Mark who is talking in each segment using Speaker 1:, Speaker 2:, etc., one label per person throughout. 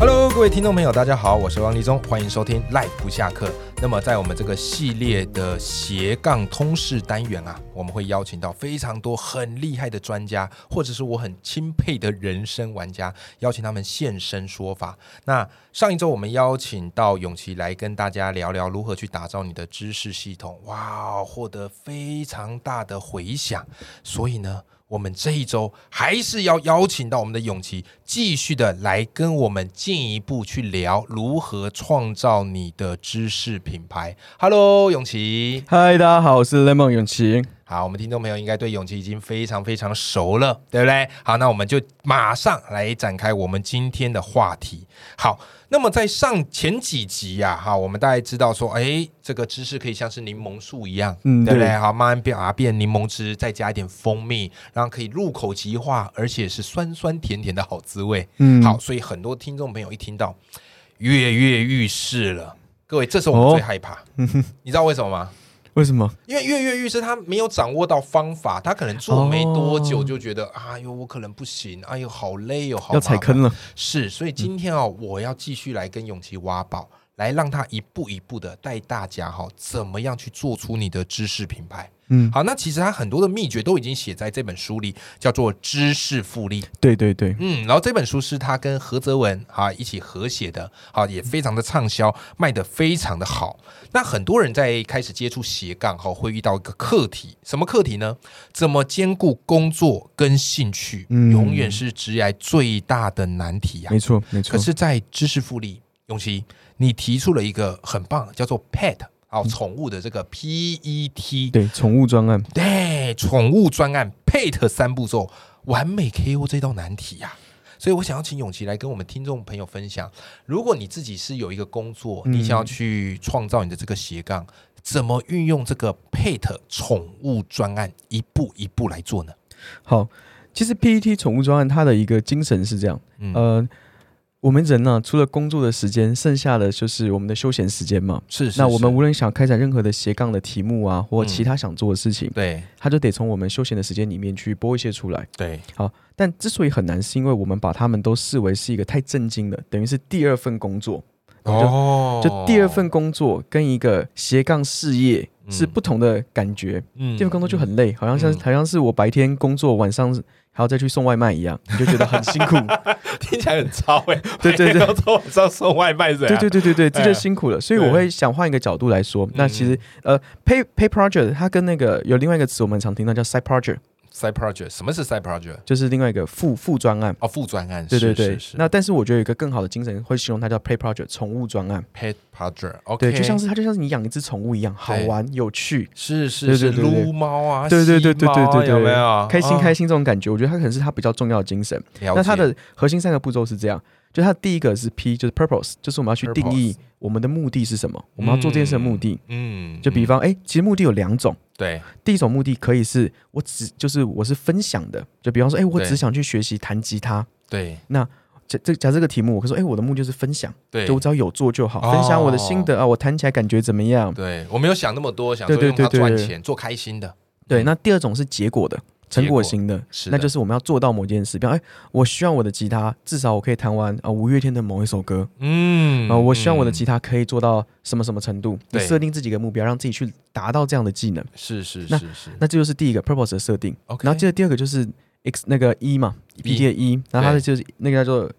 Speaker 1: Hello，各位听众朋友，大家好，我是王立中，欢迎收听 Life 不下课。那么，在我们这个系列的斜杠通识单元啊，我们会邀请到非常多很厉害的专家，或者是我很钦佩的人生玩家，邀请他们现身说法。那上一周我们邀请到永琪来跟大家聊聊如何去打造你的知识系统，哇，获得非常大的回响。所以呢，我们这一周还是要邀请到我们的永琪，继续的来跟我们进一步去聊如何创造你的知识品牌。Hello，永琪。
Speaker 2: 嗨，大家好，我是 Lemon 永琪。
Speaker 1: 好，我们听众朋友应该对永琪已经非常非常熟了，对不对？好，那我们就马上来展开我们今天的话题。好，那么在上前几集呀、哈，我们大概知道说，哎，这个芝士可以像是柠檬树一样，
Speaker 2: 嗯
Speaker 1: 对不对？
Speaker 2: 对
Speaker 1: 好，慢慢变啊变柠檬汁，再加一点蜂蜜，然后可以入口即化，而且是酸酸甜甜的好滋味。
Speaker 2: 嗯
Speaker 1: 好，，所以很多听众朋友一听到跃跃欲试了，各位，这是我们
Speaker 2: 哦
Speaker 1: 最害怕，你知道为什么吗？
Speaker 2: 为什么？
Speaker 1: 因为跃跃欲试，他没有掌握到方法，他可能做没多久就觉得，哎呦，我可能不行，哎呦，好累哦，好
Speaker 2: 哦要踩
Speaker 1: 麻烦
Speaker 2: 坑了？
Speaker 1: 是，所以
Speaker 2: 嗯
Speaker 1: 今天哦，我要继续来跟永琪挖宝，来让他一步一步的带大家哈、怎么样去做出你的知识品牌。
Speaker 2: 嗯，
Speaker 1: 好，那其实他很多的秘诀都已经写在这本书里，叫做《知识复利》。
Speaker 2: 对对对，
Speaker 1: 嗯，然后这本书是他跟何泽文啊一起合写的，啊也非常的畅销，卖的非常的好。那很多人在开始接触斜杠后，会遇到一个课题，什么课题呢？怎么兼顾工作跟兴趣，
Speaker 2: 嗯
Speaker 1: 永远是职涯最大的难题呀、
Speaker 2: 没错没错。
Speaker 1: 可是，在知识复利，永琪，你提出了一个很棒的，叫做 pet
Speaker 2: 嗯
Speaker 1: 哦，宠物的这个 PET，
Speaker 2: 对宠物专案，
Speaker 1: 对，宠物专案 pet 三步骤，完美 KO 这道难题呀、所以我想要请永琪来跟我们听众朋友分享，如果你自己是有一个工作，
Speaker 2: 嗯
Speaker 1: 你想要去创造你的这个斜杠，怎么运用这个 pet 宠物专案一步一步来做呢？
Speaker 2: 好，其实 PET 宠物专案它的一个精神是这样，
Speaker 1: 嗯
Speaker 2: 呃，我们人呢、除了工作的时间，剩下的就是我们的休闲时间嘛。
Speaker 1: 是是
Speaker 2: 那我们
Speaker 1: 是嗯
Speaker 2: 无论想开展任何的斜杠的题目啊，或其他想做的事情，
Speaker 1: 对
Speaker 2: 它就得从我们休闲的时间里面去拨一些出来。
Speaker 1: 对
Speaker 2: 但之所以很难，是因为我们把它们都视为是一个太震惊的，等于是第二份工作。
Speaker 1: 哦
Speaker 2: 就第二份工作跟一个斜杠事业是不同的感觉。
Speaker 1: 哦嗯
Speaker 2: 第二份工作就很累，好像像、
Speaker 1: 嗯
Speaker 2: 好像是我白天工作，晚上还要再去送外卖一样，你就觉得很辛 苦。
Speaker 1: 听起来很糙哎、欸，
Speaker 2: 对对对
Speaker 1: 每天都从晚上送外卖是吧？
Speaker 2: 对对对对对，这
Speaker 1: 哎
Speaker 2: 就辛苦了。所以我会想换一个角度来说，
Speaker 1: 嗯
Speaker 2: 那其实呃，pay pay project 它跟那个有另外一个词，我们常听到叫 side project，
Speaker 1: ，side project 什么是 side project？
Speaker 2: 就是另外一个副副专案。
Speaker 1: 哦，副专案，
Speaker 2: 对对对，
Speaker 1: 是是是
Speaker 2: 那但是我觉得有一个更好的精神会形容它叫 play project 宠物专案。
Speaker 1: pet project，OK，、
Speaker 2: 对，就像是它就像是你养一只宠物一样，好
Speaker 1: 对
Speaker 2: 玩有趣。
Speaker 1: 是是
Speaker 2: 对
Speaker 1: 是
Speaker 2: 对对对
Speaker 1: 撸猫啊，
Speaker 2: 对对对对对对
Speaker 1: 吸猫啊
Speaker 2: 对，
Speaker 1: 有没有
Speaker 2: 开心
Speaker 1: 啊
Speaker 2: 开心这种感觉？我觉得它可能是它比较重要的精神。
Speaker 1: 了解
Speaker 2: 那它的核心三个步骤是这样，就它的第一个是 P，就是 purpose，就是我们要去定义我们的目的是什么，我们要做这件事的目的。
Speaker 1: 嗯，
Speaker 2: 就比
Speaker 1: 嗯
Speaker 2: 方，哎、其实目的有两种，
Speaker 1: 对
Speaker 2: 第一种目的可以是我只就是我是分享的，就比方说，哎、我
Speaker 1: 对
Speaker 2: 只想去学习弹吉他。
Speaker 1: 对
Speaker 2: 假这假设这个题目，我会说，哎、我的目的就是分享，
Speaker 1: 对
Speaker 2: 就我只要有做就好，
Speaker 1: 哦
Speaker 2: 分享我的心得啊，我弹起来感觉怎么样？
Speaker 1: 对，我没有想那么多，想
Speaker 2: 对
Speaker 1: 说
Speaker 2: 对
Speaker 1: 用它
Speaker 2: 对对
Speaker 1: 赚
Speaker 2: 对
Speaker 1: 钱，做开心的，
Speaker 2: 对，那第二种是结果的，成果型的，
Speaker 1: 是
Speaker 2: 那就是是我们要做到某件事，比方哎，我希望我的吉他至少我可以弹完啊五月天的某一首歌，
Speaker 1: 嗯
Speaker 2: 啊、我希望我的
Speaker 1: 嗯
Speaker 2: 吉他可以做到什么什么程度，你
Speaker 1: 对
Speaker 2: 设定自己的目标，让自己去达到这样的技能，
Speaker 1: 是是
Speaker 2: 那
Speaker 1: 是是
Speaker 2: 那这就是第一个 purpose 的设定。
Speaker 1: ，OK，E
Speaker 2: 然后接着第二个就是 x 那个一、嘛，P T 的一、然后它的就是那个叫做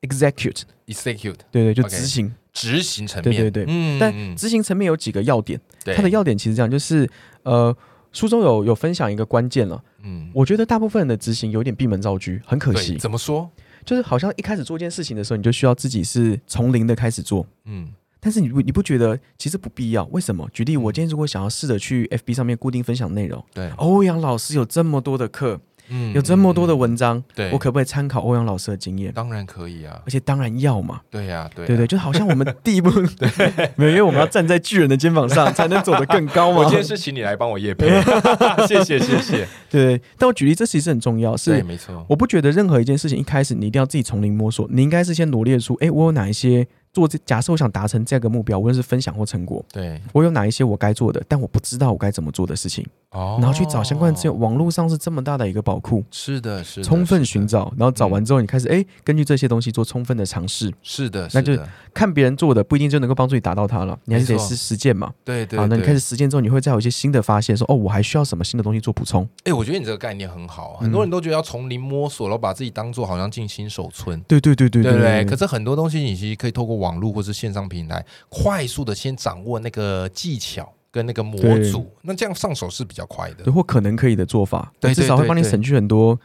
Speaker 2: execute，
Speaker 1: execute
Speaker 2: 对对，就
Speaker 1: OK
Speaker 2: 执行。
Speaker 1: 执行层
Speaker 2: 对
Speaker 1: 面，
Speaker 2: 对对
Speaker 1: 嗯，
Speaker 2: 但执行层面有几个要点，它的
Speaker 1: 要
Speaker 2: 要点其实这样，就是呃，书中有有分享一个关键了，
Speaker 1: 嗯，
Speaker 2: 我觉得大部分人的执行有点闭门造车，很可
Speaker 1: 对
Speaker 2: 惜。
Speaker 1: 怎么说？
Speaker 2: 就是好像一开始做一件事情的时候，你就需要自己是从零的开始做。
Speaker 1: 嗯，
Speaker 2: 但是你不你不觉得其实不必要？为什么？举例，我今天如果想要试着去 FB 上面固定分享内容，
Speaker 1: 对，
Speaker 2: 欧阳老师有这么多的课，
Speaker 1: 嗯
Speaker 2: 有这么多的文章，
Speaker 1: 对，
Speaker 2: 我可不可以参考欧阳老师的经验？
Speaker 1: 当然可以啊
Speaker 2: 而，且当然要嘛，
Speaker 1: 对呀、对、啊、
Speaker 2: 对不对？就好像我们 第一步， 没有，因为我们要站在巨人的肩膀上，才能走得更高
Speaker 1: 我
Speaker 2: 嘛
Speaker 1: 今。天是请你来帮我夜配， 谢谢谢谢。
Speaker 2: 对，但我举例，这其实很重要，
Speaker 1: 对，
Speaker 2: 是
Speaker 1: 没错，
Speaker 2: 我不觉得任何一件事情一开始你一定要自己从零摸索，你应该是先罗列出，哎，我有哪一些做这？假设我想达成这个目标，无论是分享或成果，
Speaker 1: 对
Speaker 2: 我有哪一些我该做的，但我不知道我该怎么做的事情，
Speaker 1: 哦
Speaker 2: 然后去找相关的资料。网络上是这么大的一个宝库，
Speaker 1: 是的，是的
Speaker 2: 充分
Speaker 1: 是
Speaker 2: 寻
Speaker 1: 的
Speaker 2: 找，然后找完之后，你开始哎、诶根据这些东西做充分的尝试，
Speaker 1: 是的，
Speaker 2: 那
Speaker 1: 是
Speaker 2: 就
Speaker 1: 的
Speaker 2: 看别人做的不一定就能够帮助你达到它了，你还是
Speaker 1: 没
Speaker 2: 得
Speaker 1: 错
Speaker 2: 实实践嘛。
Speaker 1: 对对。
Speaker 2: 好，那你
Speaker 1: 对
Speaker 2: 开始实践之后，你会再有一些新的发现，说哦，我还需要什么新的东西做补充？
Speaker 1: 哎、我觉得你这个概念很好，啊很多
Speaker 2: 嗯
Speaker 1: 人都觉得要从零摸索，然后把自己当做好像进新手村。
Speaker 2: 对对对对
Speaker 1: 对
Speaker 2: 对
Speaker 1: 不对？可是很多东西，你其实可以透过网络或是线上平台，快速的先掌握那个技巧跟那个模
Speaker 2: 对
Speaker 1: 组，那这样上手是比较快的
Speaker 2: 对，，或可能可以的做法，
Speaker 1: 对对
Speaker 2: 至少会帮你
Speaker 1: 对对
Speaker 2: 省去很多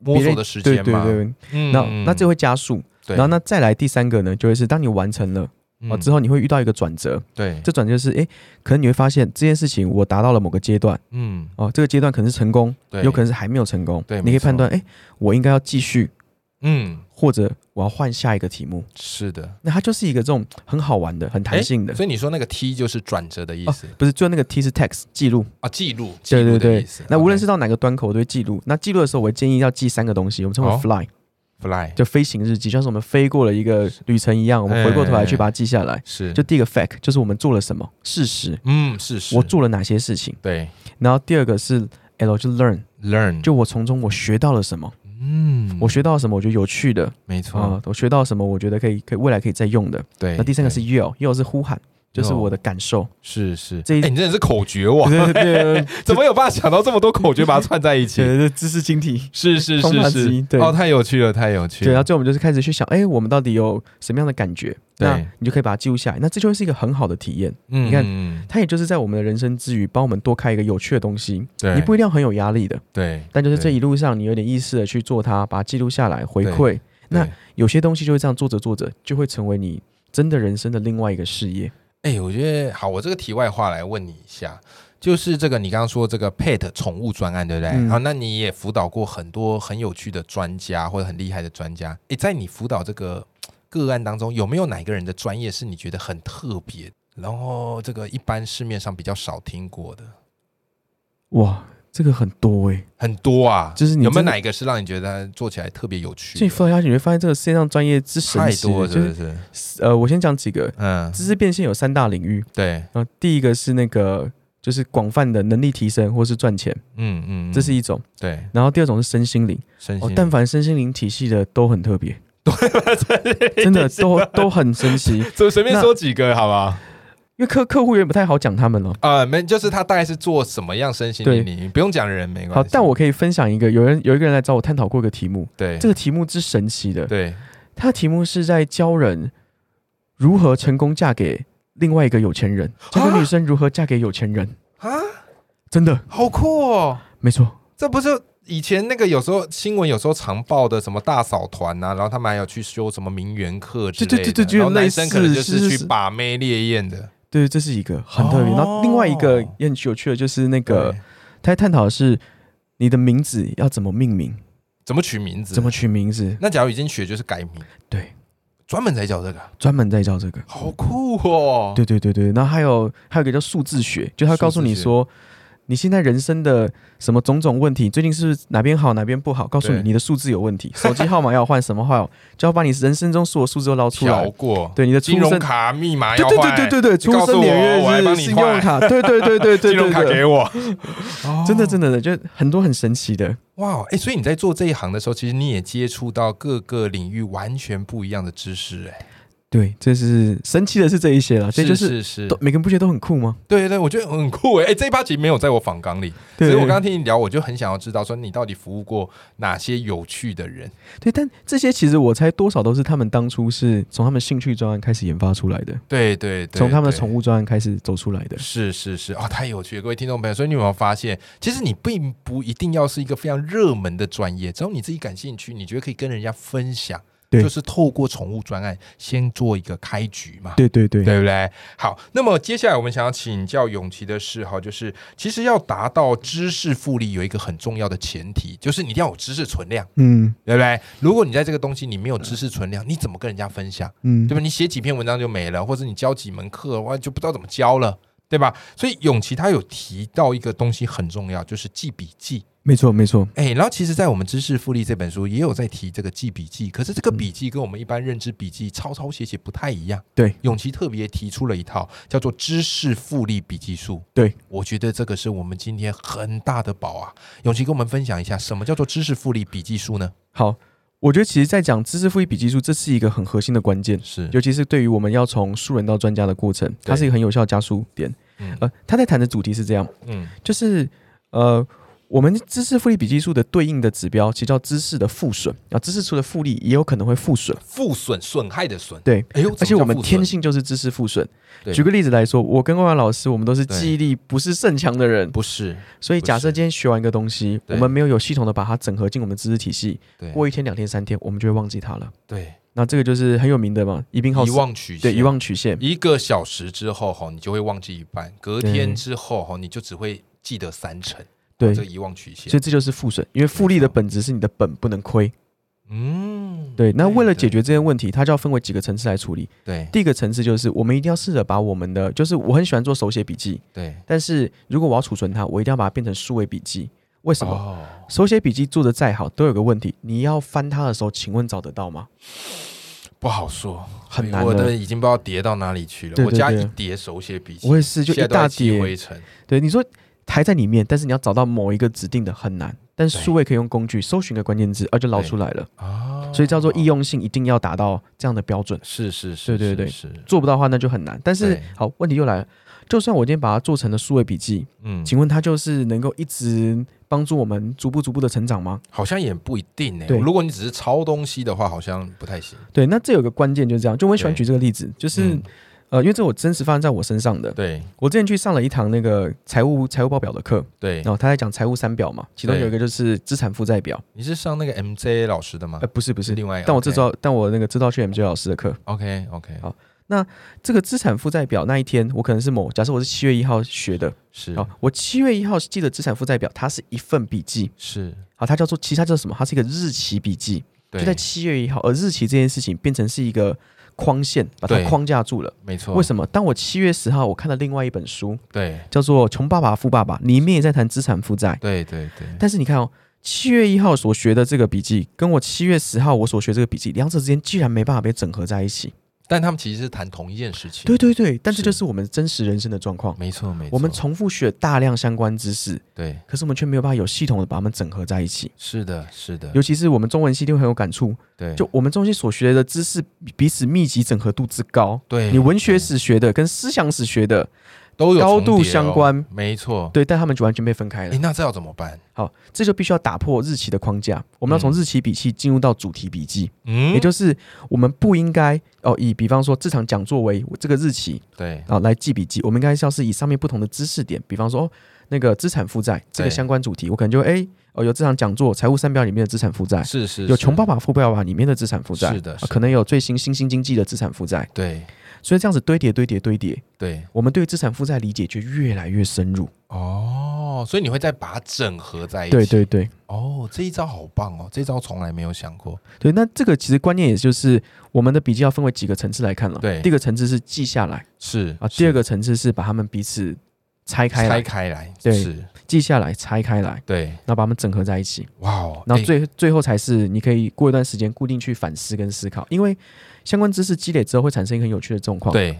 Speaker 1: 摸索
Speaker 2: 别人
Speaker 1: 的时
Speaker 2: 对
Speaker 1: 间
Speaker 2: 对
Speaker 1: 嘛。
Speaker 2: 对，
Speaker 1: 嗯
Speaker 2: 那那这会加速。
Speaker 1: 对
Speaker 2: 然后那再来第三个呢，就会是当你完成了啊之
Speaker 1: 后
Speaker 2: 后，你会遇到一个转折。
Speaker 1: 嗯对，
Speaker 2: 这转折是，哎，可能你会发现这件事情我达到了某个阶段
Speaker 1: 嗯，
Speaker 2: 哦，这个阶段可能是成功，
Speaker 1: 对，
Speaker 2: 有可能是还没有成功。
Speaker 1: 对
Speaker 2: 你可
Speaker 1: 没
Speaker 2: 以
Speaker 1: 错
Speaker 2: 判断，哎，我应该要继续，
Speaker 1: 嗯，
Speaker 2: 或者我要换下一个题目。
Speaker 1: 是的。
Speaker 2: 那它就是一个这种很好玩的、很弹性的。
Speaker 1: 所以你说那个 T 就是转折的意思
Speaker 2: 不是，最后那个 T 是 text 记录，
Speaker 1: 啊，记录，记
Speaker 2: 哦对
Speaker 1: 录的
Speaker 2: 对对
Speaker 1: 意思。。
Speaker 2: 那
Speaker 1: OK
Speaker 2: 无论是到哪个端口，我都会记录。那记录的时候，我会建议要记三个东西，我们称为
Speaker 1: 哦
Speaker 2: fly，、
Speaker 1: fly
Speaker 2: 就飞行日记，就像是我们飞过了一个旅程一样，我们回
Speaker 1: 哎
Speaker 2: 过头来去把它记下来。
Speaker 1: 是
Speaker 2: 就第一个 fact 就是我们做了什么事实，
Speaker 1: 嗯，是是，
Speaker 2: 我做了哪些事情。
Speaker 1: 对
Speaker 2: 然后第二个是 L 就 learn，
Speaker 1: learn
Speaker 2: 就我从中我学到了什么，
Speaker 1: 嗯，
Speaker 2: 我学到了什么我觉得有趣的
Speaker 1: 没错，
Speaker 2: 啊、我学到了什么我觉得可以可以未来可以再用的。
Speaker 1: 对。
Speaker 2: 那第三个是
Speaker 1: 对
Speaker 2: yell，yell 是呼喊，就是我的 感受。
Speaker 1: 是是，
Speaker 2: 这一
Speaker 1: 哎你真的是口诀哇！
Speaker 2: 对对 对，
Speaker 1: 怎么有办法想到这么多口诀把它串在一起？
Speaker 2: 对对，知识晶体。
Speaker 1: 是是
Speaker 2: 通
Speaker 1: 是
Speaker 2: 盘
Speaker 1: 是
Speaker 2: 之一，对
Speaker 1: 哦，太有趣了，太有趣
Speaker 2: 对，然后
Speaker 1: 了。
Speaker 2: 最后我们就是开始去想，哎，我们到底有什么样的感觉？
Speaker 1: 对
Speaker 2: 那你就可以把它记录下来。那这就会是一个很好的体验。
Speaker 1: 嗯
Speaker 2: 你看
Speaker 1: 嗯
Speaker 2: 它也就是在我们的人生之余，帮我们多开一个有趣的东西。
Speaker 1: 对，
Speaker 2: 你不一定要很有压力的，
Speaker 1: 对，
Speaker 2: 但就是这
Speaker 1: 对
Speaker 2: 一路上你有点意识的去做它，把它记录下来，回
Speaker 1: 对
Speaker 2: 馈。那
Speaker 1: 对
Speaker 2: 有些东西就会这样做着做着，就会成为你真的人生的另外一个事业。
Speaker 1: 哎、我觉得好，我这个题外话来问你一下，就是这个你刚刚说这个 pet 宠物专案，对不对？
Speaker 2: 嗯
Speaker 1: 好，那你也辅导过很多很有趣的专家或者很厉害的专家。哎、在你辅导这个个案当中，有没有哪一个人的专业是你觉得很特别，然后这个一般市面上比较少听过的？
Speaker 2: 哇，这个很多欸诶、
Speaker 1: 很多啊，
Speaker 2: 就是你
Speaker 1: 有没有
Speaker 2: 真的
Speaker 1: 哪一个是让你觉得做起来特别有趣
Speaker 2: 所以
Speaker 1: 的？
Speaker 2: 说下去，你会发现这个世界上专业之神
Speaker 1: 太
Speaker 2: 奇
Speaker 1: 多了，
Speaker 2: 就是
Speaker 1: 不
Speaker 2: 是
Speaker 1: 是？
Speaker 2: 呃，我先讲几个
Speaker 1: 嗯，
Speaker 2: 知识变现有三大领域，
Speaker 1: 对，
Speaker 2: 然后第一个是那个就是广泛的能力提升或是赚钱，
Speaker 1: 嗯嗯，嗯
Speaker 2: 这是一种；
Speaker 1: 对
Speaker 2: 然后第二种是身心灵，
Speaker 1: 身
Speaker 2: 哦
Speaker 1: 心，
Speaker 2: 但凡身心灵体系的都很特 别，真的都都很神奇，因
Speaker 1: 就随便
Speaker 2: 那
Speaker 1: 说几个好不好？
Speaker 2: 为客客户也不太好讲他们哦了。
Speaker 1: 啊，没，就是他大概是做什么样身心灵领域，不用讲人没关系。
Speaker 2: 好，但我可以分享一个，有人有一个人来找我探讨过一个题目，
Speaker 1: 对
Speaker 2: 这个题目之神奇的，
Speaker 1: 对
Speaker 2: 他的题目是在教人如何成功嫁给另外一个有钱人，教个女生如何嫁给有钱人，
Speaker 1: 啊，
Speaker 2: 真的
Speaker 1: 好酷哦！
Speaker 2: 没错，
Speaker 1: 这不是以前那个有时候新闻有时候常报的什么大嫂团啊呐、然后他们还有去修什么名媛课之类的，
Speaker 2: 对对对对
Speaker 1: 然后男
Speaker 2: 类似
Speaker 1: 生可能就是是
Speaker 2: 是
Speaker 1: 去
Speaker 2: 是
Speaker 1: 把妹烈焰的
Speaker 2: 对，这是一个很特别。
Speaker 1: 哦
Speaker 2: 然后另外一个也很有趣的，就是那个他在探讨的是你的名字要怎么命名，
Speaker 1: 怎么取名字？
Speaker 2: 怎么？取名字，
Speaker 1: 那假如已经学就是改名，
Speaker 2: 对，
Speaker 1: 专门在教这个，
Speaker 2: 专门在教这个。
Speaker 1: 好酷哦！
Speaker 2: 对对对对，然后还有还有一个叫数字学，就他告诉你说，你现在人生的什么种种问题，最近是不是哪边好哪边不好，告诉你
Speaker 1: 对
Speaker 2: 你的数字 有问题，手机号码要换什么号，就要把你人生中所有数字都捞出
Speaker 1: 调
Speaker 2: 来。
Speaker 1: 过，
Speaker 2: 对你的出
Speaker 1: 金融
Speaker 2: 生，
Speaker 1: 卡密码
Speaker 2: 对
Speaker 1: 要
Speaker 2: 对
Speaker 1: 换，
Speaker 2: 对对对对，
Speaker 1: 你告诉
Speaker 2: 出生年
Speaker 1: 我我来
Speaker 2: 月
Speaker 1: 帮
Speaker 2: 日、
Speaker 1: 你
Speaker 2: 信用
Speaker 1: 换
Speaker 2: 卡，对对对对对
Speaker 1: 金融
Speaker 2: 对
Speaker 1: 卡给
Speaker 2: 对，
Speaker 1: 我，哦
Speaker 2: 真的真的的，就很多很神奇的。
Speaker 1: 哇，哎、所以你在做这一行的时候，其实你也接触到各个领域完全不一样的知识、哎，
Speaker 2: 对，这是神奇的是这一些了，这就是
Speaker 1: 是是，
Speaker 2: 都
Speaker 1: 对
Speaker 2: 每个人不觉得都很酷吗？
Speaker 1: 对对，我觉得很酷、哎、哎，这一趴其实没有在我访纲里，所
Speaker 2: 对，
Speaker 1: 以我刚刚听你聊，我就很想要知道，说你到底服务过哪些有趣的人？
Speaker 2: 对，但这些其实我猜多少都是他们当初是从他们兴趣专案开始研发出来的，
Speaker 1: 对对对，
Speaker 2: 从他们的
Speaker 1: 对
Speaker 2: 宠。物专案开始走出来的。
Speaker 1: 是是是哦，太有趣了，各位听众朋友。所以你有没有发现，其实你并不一定要是一个非常热门的专业，只要你自己感兴趣，你觉得可以跟人家分享，
Speaker 2: 对
Speaker 1: 就是透过宠物专案先做一个开局嘛。
Speaker 2: 对对对，
Speaker 1: 对不对？好，那么接下来我们想要请教永琪的是哈，就是其实要达到知识复利，有一个很重要的前提，就是你一定要有知识存量，
Speaker 2: 嗯
Speaker 1: 对不对？如果你在这个东西你没有知识存量，你怎么跟人家分享？
Speaker 2: 嗯
Speaker 1: 对吧？你写几篇文章就没了，或者你教几门课，哇，就不知道怎么教了，对吧？所以永琪他有提到一个东西很重要，就是记笔记。
Speaker 2: 没错没错，
Speaker 1: 哎，然后其实，在我们《知识复利》这本书也有在提这个记笔记，可是这
Speaker 2: 嗯
Speaker 1: 个笔记跟我们一般认知笔记抄抄写写不太一样。
Speaker 2: 对，
Speaker 1: 永琪特别提出了一套叫做“知识复利笔记术”。
Speaker 2: 对，
Speaker 1: 我觉得这个是我们今天很大的宝啊！永琪跟我们分享一下，什么叫做知识复利笔记术呢？
Speaker 2: 好，我觉得其实，在讲知识复利笔记术，这是一个很核心的关键，
Speaker 1: 是，
Speaker 2: 尤其是对于我们要从素人到专家的过程，
Speaker 1: 嗯
Speaker 2: 它
Speaker 1: 对
Speaker 2: 是一个很有效的加速点。
Speaker 1: 嗯
Speaker 2: 呃，他在谈的主题是这样，
Speaker 1: 嗯，
Speaker 2: 就是呃，我们知识复利笔记术的对应的指标，其实叫知识的负损啊，知识除了复利，也有可能会负损。
Speaker 1: 负损损害的损。
Speaker 2: 对，
Speaker 1: 哎呦，
Speaker 2: 而且我们天
Speaker 1: 天
Speaker 2: 性就是知识负损。
Speaker 1: 对
Speaker 2: 举个例子来说，我跟万万老师，我们都是
Speaker 1: 对
Speaker 2: 记忆力不是甚强的人，
Speaker 1: 不是
Speaker 2: 所以
Speaker 1: 不
Speaker 2: 假设
Speaker 1: 是
Speaker 2: 今天学完一个东西，
Speaker 1: 对
Speaker 2: 我们没有有系统的把它整合进我们的知识体系，
Speaker 1: 对
Speaker 2: 过一天、两天、三天，我们就会忘记它了。
Speaker 1: 对
Speaker 2: 那这个就是很有名的嘛，宜宾号
Speaker 1: 遗忘曲线，
Speaker 2: 对遗忘曲线，
Speaker 1: 一个小时之后哈，你就会忘记一半；隔
Speaker 2: 对
Speaker 1: 天之后哈，你就只会记得三成。
Speaker 2: 对，
Speaker 1: 这个
Speaker 2: 所
Speaker 1: 遗忘曲线
Speaker 2: 以。这就是负损，因为复利的本质是你的本不能亏。
Speaker 1: 嗯，
Speaker 2: 对，那为了
Speaker 1: 对
Speaker 2: 解决这些问题，它就要分为几个层次来处理。
Speaker 1: 对
Speaker 2: 第一个层次就是我们一定要试着把我们的，就是我很喜欢做手写笔记，
Speaker 1: 对，
Speaker 2: 但是如果我要储存它，我一定要把它变成数位笔记。为什么？
Speaker 1: 哦，
Speaker 2: 手写笔记做的再好，都有个问题，你要翻它的时候，请问找得到吗？
Speaker 1: 不好说，
Speaker 2: 很难
Speaker 1: 我的
Speaker 2: 的。
Speaker 1: 已经不知道叠到哪里去了。
Speaker 2: 对
Speaker 1: 我
Speaker 2: 对
Speaker 1: 家
Speaker 2: 对
Speaker 1: 一叠手写笔记，
Speaker 2: 我也是，就
Speaker 1: 现在
Speaker 2: 一
Speaker 1: 都在
Speaker 2: 大
Speaker 1: 积
Speaker 2: 叠。
Speaker 1: 灰尘。
Speaker 2: 对，你说还在里面，但是你要找到某一个指定的很难。但是
Speaker 1: 对
Speaker 2: 数位可以用工具搜寻个关键字，啊，就捞
Speaker 1: 对
Speaker 2: 出来了。
Speaker 1: 哦
Speaker 2: 所以叫做易用性一定要达到这样的标准。
Speaker 1: 是是是，
Speaker 2: 对对
Speaker 1: 是是，
Speaker 2: 做不到的话，那就很难。但是
Speaker 1: 对
Speaker 2: 好，问题又来了，就算我今天把它做成了数位笔记，
Speaker 1: 嗯，
Speaker 2: 请问它就是能够一直帮助我们逐步逐步的成长吗？
Speaker 1: 好像也不一定呢。
Speaker 2: 对
Speaker 1: 如果你只是抄东西的话，好像不太行。
Speaker 2: 对，那这有个关键就是这样，就我很喜欢
Speaker 1: 对
Speaker 2: 举这个例子，就是、
Speaker 1: 嗯
Speaker 2: 呃，因为这我真实发生在我身上的。
Speaker 1: 对
Speaker 2: 我之前去上了一堂那个财务财务报表的课，
Speaker 1: 对
Speaker 2: 然，后他在讲财务三表嘛，其中
Speaker 1: 对
Speaker 2: 有一个就是资产负债表，
Speaker 1: 你是上那个 MJ 老师的吗
Speaker 2: 呃，？不是不是，
Speaker 1: 另外一个，
Speaker 2: 但我这周但我那个知道去 M J 老师的课，
Speaker 1: OK OK
Speaker 2: 好这个资产负债表那一天，我可能是某假设我是七月一号学的，
Speaker 1: 是
Speaker 2: 好，我七月一号记得资产负债表，它是一份笔记，
Speaker 1: 是，
Speaker 2: 好，它叫做其实它叫什么？它是一个日期笔记，
Speaker 1: 对
Speaker 2: 就在七月一号，而日期这件事情变成是一个框线，把它
Speaker 1: 对
Speaker 2: 框架住了。
Speaker 1: 没错，
Speaker 2: 为什么？当我七月十号我看了另外一本书，
Speaker 1: 对
Speaker 2: 叫做《穷爸爸富爸爸》，里面也在谈资产负债，
Speaker 1: 对对对，
Speaker 2: 但是你看哦。七月一号所学的这个笔记，跟我七月十号我所学这个笔记，两者之间居然没办法被整合在一起。
Speaker 1: 但他们其实是谈同一件事情，
Speaker 2: 对对对，但这
Speaker 1: 是
Speaker 2: 就是我们真实人生的状况。
Speaker 1: 没错没错，
Speaker 2: 我们重复学大量相关知识，
Speaker 1: 对
Speaker 2: 可是我们却没有办法有系统的把它们整合在一起。
Speaker 1: 是的是的，
Speaker 2: 尤其是我们中文系一定会很有感触，
Speaker 1: 对
Speaker 2: 就我们中间所学的知识比彼此密集整合度之高。
Speaker 1: 对
Speaker 2: 你文学
Speaker 1: 对
Speaker 2: 史学的跟思想史学的，
Speaker 1: 都有
Speaker 2: 高
Speaker 1: 重叠
Speaker 2: 度
Speaker 1: 哦
Speaker 2: 相关，
Speaker 1: 没错。
Speaker 2: 对，但他们就完全被分开了
Speaker 1: 哎，。那这要怎么办？
Speaker 2: 好，这就必须要打破日期的框架，我们要从日期笔记进入到主题笔记，
Speaker 1: 嗯
Speaker 2: 也就是我们不应该哦，以比方说这场讲座为这个日期
Speaker 1: 对
Speaker 2: 啊、来记笔记，我们应该是要是以上面不同的知识点，比方说哦那个资产负债这个
Speaker 1: 对
Speaker 2: 相关主题，我可能就哎哦有这场讲座财务三表里面的资产负债，
Speaker 1: 是是是
Speaker 2: 有穷爸爸富爸爸里面的资产负债，
Speaker 1: 是的
Speaker 2: 啊
Speaker 1: 是
Speaker 2: 可能有最新新兴经济的资产负债，
Speaker 1: 对
Speaker 2: 所以这样子堆叠堆叠堆叠，
Speaker 1: 对
Speaker 2: 我们对于资产负债理解就越来越深入。
Speaker 1: 哦，所以你会再把它整合在一起。
Speaker 2: 对对对
Speaker 1: 哦，这一招好棒哦，这一招从来没有想过。
Speaker 2: 对，那这个其实观念也就是我们的笔记要分为几个层次来看了。
Speaker 1: 对
Speaker 2: 第一个层次是记下来
Speaker 1: 是
Speaker 2: 啊，第二
Speaker 1: 个
Speaker 2: 个层次是把它们彼此拆开
Speaker 1: 拆
Speaker 2: 来，
Speaker 1: 开来，
Speaker 2: 对
Speaker 1: 是
Speaker 2: 记下来拆开来，
Speaker 1: 对，
Speaker 2: 然后把它们整合在一起。
Speaker 1: 哇哦，
Speaker 2: 然后
Speaker 1: 诶
Speaker 2: 最、最后才是你可以过一段时间固定去反思跟思考，因为相关知识积累之后会产生一个很有趣的状况，
Speaker 1: 对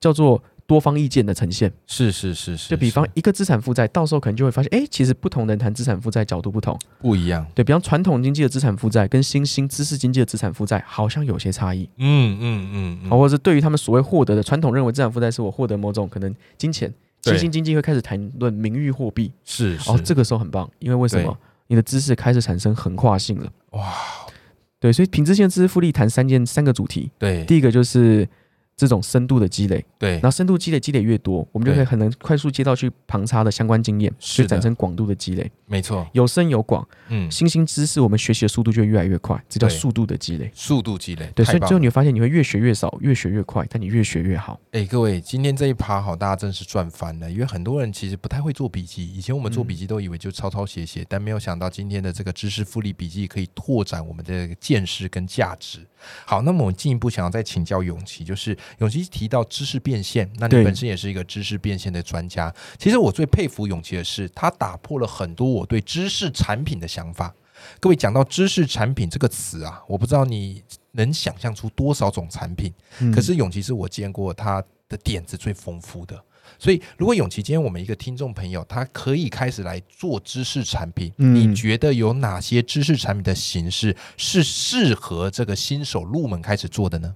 Speaker 2: 叫做多方意见的呈现。
Speaker 1: 是是是是，
Speaker 2: 就比方
Speaker 1: 是
Speaker 2: 一个资产负债，到时候可能就会发现，哎，其实不同人谈资产负债角度不同。
Speaker 1: 不一样。
Speaker 2: 对比方传统经济的资产负债跟新兴知识经济的资产负债好像有些差异，
Speaker 1: 嗯嗯嗯嗯，
Speaker 2: 啊，或者是对于他们所谓获得的传统认为资产负债是我获得某种可能金钱，
Speaker 1: 对
Speaker 2: 新兴经济会开始谈论名誉货币。
Speaker 1: 是是
Speaker 2: 哦，这个时候很棒，因为为什
Speaker 1: 对
Speaker 2: 么？你的知识开始产生横跨性了。
Speaker 1: 哇，哦
Speaker 2: 对，所以品质性的知识复利谈三件三个主题，
Speaker 1: 对
Speaker 2: 第一个就是这种深度的积累。
Speaker 1: 对
Speaker 2: 然，后深度积累积累越多，我们就
Speaker 1: 对
Speaker 2: 可以很能快速接到去旁查的相关经验，
Speaker 1: 是
Speaker 2: 去
Speaker 1: 的
Speaker 2: 产生广度的积累，
Speaker 1: 没错，
Speaker 2: 有深有广，
Speaker 1: 嗯，
Speaker 2: 新兴知识我们学习的速度就会越来越快，这叫
Speaker 1: 对
Speaker 2: 速度的积累。
Speaker 1: 速度积累，
Speaker 2: 对，所
Speaker 1: 太
Speaker 2: 以
Speaker 1: 棒
Speaker 2: 最后
Speaker 1: 了。
Speaker 2: 你会发现，你会越学越少，越学越快，但你越学越好。
Speaker 1: 哎、各位，今天这一趴好，大家真是赚翻了，因为很多人其实不太会做笔记。以前我们做笔记都以为就抄抄写写，但没有想到今天的这个知识复利笔记可以拓展我们的见识跟价值。好，那么我们进一步想要再请教永琪，就是永琪提到知识变现，那你
Speaker 2: 对
Speaker 1: 本身也是一个知识变现的专家。其实我最佩服永琪的是，他打破了很多我对知识产品的想法。各位讲到知识产品这个词啊，我不知道你能想象出多少种产品。
Speaker 2: 嗯
Speaker 1: 可是永琪是我见过他的点子最丰富的。所以，如果永琪今天我们一个听众朋友，他可以开始来做知识产品，
Speaker 2: 嗯
Speaker 1: 你觉得有哪些知识产品的形式是适合这个新手入门开始做的呢？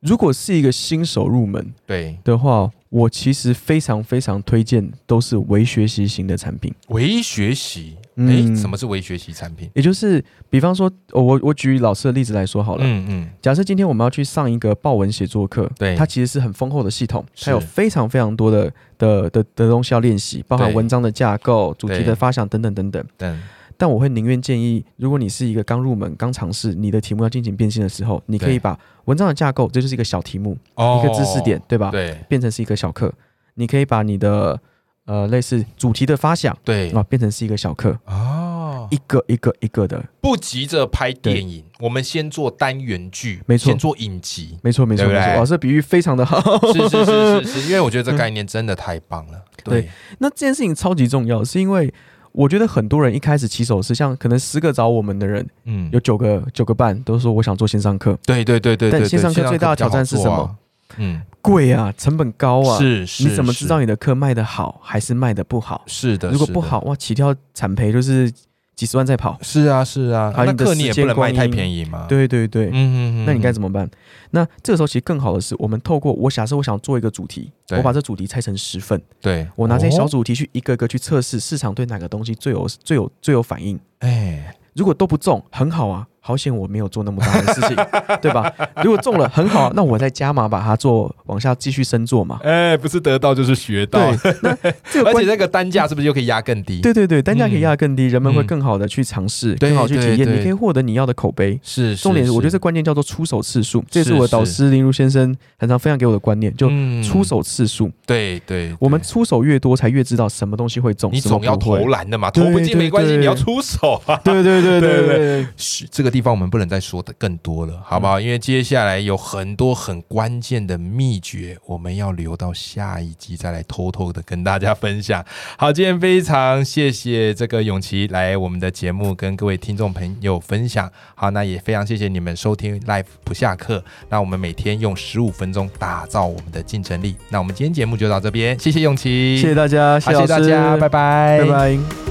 Speaker 2: 如果是一个新手入门
Speaker 1: 对，
Speaker 2: 的话，我其实非常非常推荐都是微学习型的产品，
Speaker 1: 微学习，
Speaker 2: 嗯
Speaker 1: 诶，什么是微学习产品？
Speaker 2: 也就是比方说，哦、我我举老师的例子来说好了。
Speaker 1: 嗯嗯，
Speaker 2: 假设今天我们要去上一个报文写作课，
Speaker 1: 对
Speaker 2: 它其实是很丰厚的系统，
Speaker 1: 是
Speaker 2: 它有非常非常多的的的的东西要练习，包含
Speaker 1: 对
Speaker 2: 文章的架构、主题
Speaker 1: 对
Speaker 2: 的发想等等等等。
Speaker 1: 但
Speaker 2: 但我会宁愿建议，如果你是一个刚入门、刚尝试，你的题目要进行变现的时候，你可以
Speaker 1: 对
Speaker 2: 把文章的架构，这就是一个小题目，
Speaker 1: 哦
Speaker 2: 一个知识点，，对吧？
Speaker 1: 对
Speaker 2: 变成是一个小课，你可以把你的呃类似主题的发想
Speaker 1: 对
Speaker 2: 啊，变成是一个小课，
Speaker 1: 哦，
Speaker 2: 一个一个一个的，
Speaker 1: 不急着拍电影，我们先做单元剧，
Speaker 2: 没错
Speaker 1: 先做影集，
Speaker 2: 没错没错
Speaker 1: 对
Speaker 2: 没
Speaker 1: 不对
Speaker 2: 错，老师的比喻非常的好。
Speaker 1: 是是是是 是，因为我觉得这概念真的太棒了。
Speaker 2: 对
Speaker 1: 对
Speaker 2: 那这件事情超级重要，是因为我觉得很多人一开始起手是像可能十个找我们的人，
Speaker 1: 嗯
Speaker 2: 有九个九个半都说我想做线上课，
Speaker 1: 对对对对对，
Speaker 2: 但
Speaker 1: 对
Speaker 2: 线上课最大的
Speaker 1: 比较
Speaker 2: 挑战是
Speaker 1: 好
Speaker 2: 什
Speaker 1: 做
Speaker 2: 么
Speaker 1: 啊？嗯，
Speaker 2: 贵啊，成本高啊，
Speaker 1: 是是，
Speaker 2: 你怎么知道
Speaker 1: 是？
Speaker 2: 你的课卖的好还是卖的不好？
Speaker 1: 是的，
Speaker 2: 如果
Speaker 1: 是
Speaker 2: 不
Speaker 1: 的，
Speaker 2: 好哇，起跳产赔就是几十万在跑。
Speaker 1: 是啊是啊，
Speaker 2: 还有
Speaker 1: 那
Speaker 2: 你的
Speaker 1: 课你
Speaker 2: 时
Speaker 1: 也不
Speaker 2: 间
Speaker 1: 能卖
Speaker 2: 光
Speaker 1: 太
Speaker 2: 阴
Speaker 1: 便宜嘛。，
Speaker 2: 对对对，
Speaker 1: 嗯嗯嗯，
Speaker 2: 那你该
Speaker 1: 嗯
Speaker 2: 怎么办？那这个时候其实更好的是，我们透过我假设我想做一个主题，
Speaker 1: 对
Speaker 2: 我把这主题拆成十份，
Speaker 1: 对？
Speaker 2: 我拿这些
Speaker 1: 哦
Speaker 2: 小，主题去一个一个去测试市场对哪个东西最有最有最有反应。
Speaker 1: 哎，
Speaker 2: 如果都不中，很好啊，好险我没有做那么大的事 情，对吧？如果中了，很好啊，那我再加码把它做往下继续深做嘛。
Speaker 1: 哎，不是得到就是学到，
Speaker 2: 对，那这 个
Speaker 1: 而
Speaker 2: 关
Speaker 1: 且那个嗯单价是不是又可以压更低？，
Speaker 2: 对对对，嗯单价可以压得更低，人们会
Speaker 1: 嗯
Speaker 2: 更好的去尝试，
Speaker 1: 对
Speaker 2: 更好去体
Speaker 1: 对
Speaker 2: 验，
Speaker 1: 对
Speaker 2: 你可以获得你要的口碑。
Speaker 1: 是。是
Speaker 2: 重点是，我觉得这
Speaker 1: 是
Speaker 2: 关键叫做出手次数，这也是
Speaker 1: 是
Speaker 2: 我的导师林如先生常常分享给我的观念，就
Speaker 1: 嗯
Speaker 2: 出手次数。
Speaker 1: 对对，
Speaker 2: 我们
Speaker 1: 对
Speaker 2: 出手越多，才越知道什么东西会中，
Speaker 1: 你
Speaker 2: 什么
Speaker 1: 总要
Speaker 2: 不会
Speaker 1: 投。篮的嘛，
Speaker 2: 对
Speaker 1: 投不进
Speaker 2: 对
Speaker 1: 没关系，
Speaker 2: 对
Speaker 1: 你要出手啊。
Speaker 2: 对对
Speaker 1: 对
Speaker 2: 对 对
Speaker 1: 对
Speaker 2: 对，
Speaker 1: 嘘，这个地方我们不能再说的更多了，好不好？因为接下来有很多很关键的秘诀，我们要留到下一集再来偷偷的跟大家分享。好，今天非常谢谢这个永琪来我们的节目跟各位听众朋友分享。好，那也非常谢谢你们收听 Life 不下课。那我们每天用十五分钟打造我们的竞争力。那我们今天节目就到这边，谢谢永琪，
Speaker 2: 谢谢大家，
Speaker 1: 好
Speaker 2: 老
Speaker 1: 谢谢大
Speaker 2: 师
Speaker 1: 家，拜拜，
Speaker 2: 拜拜。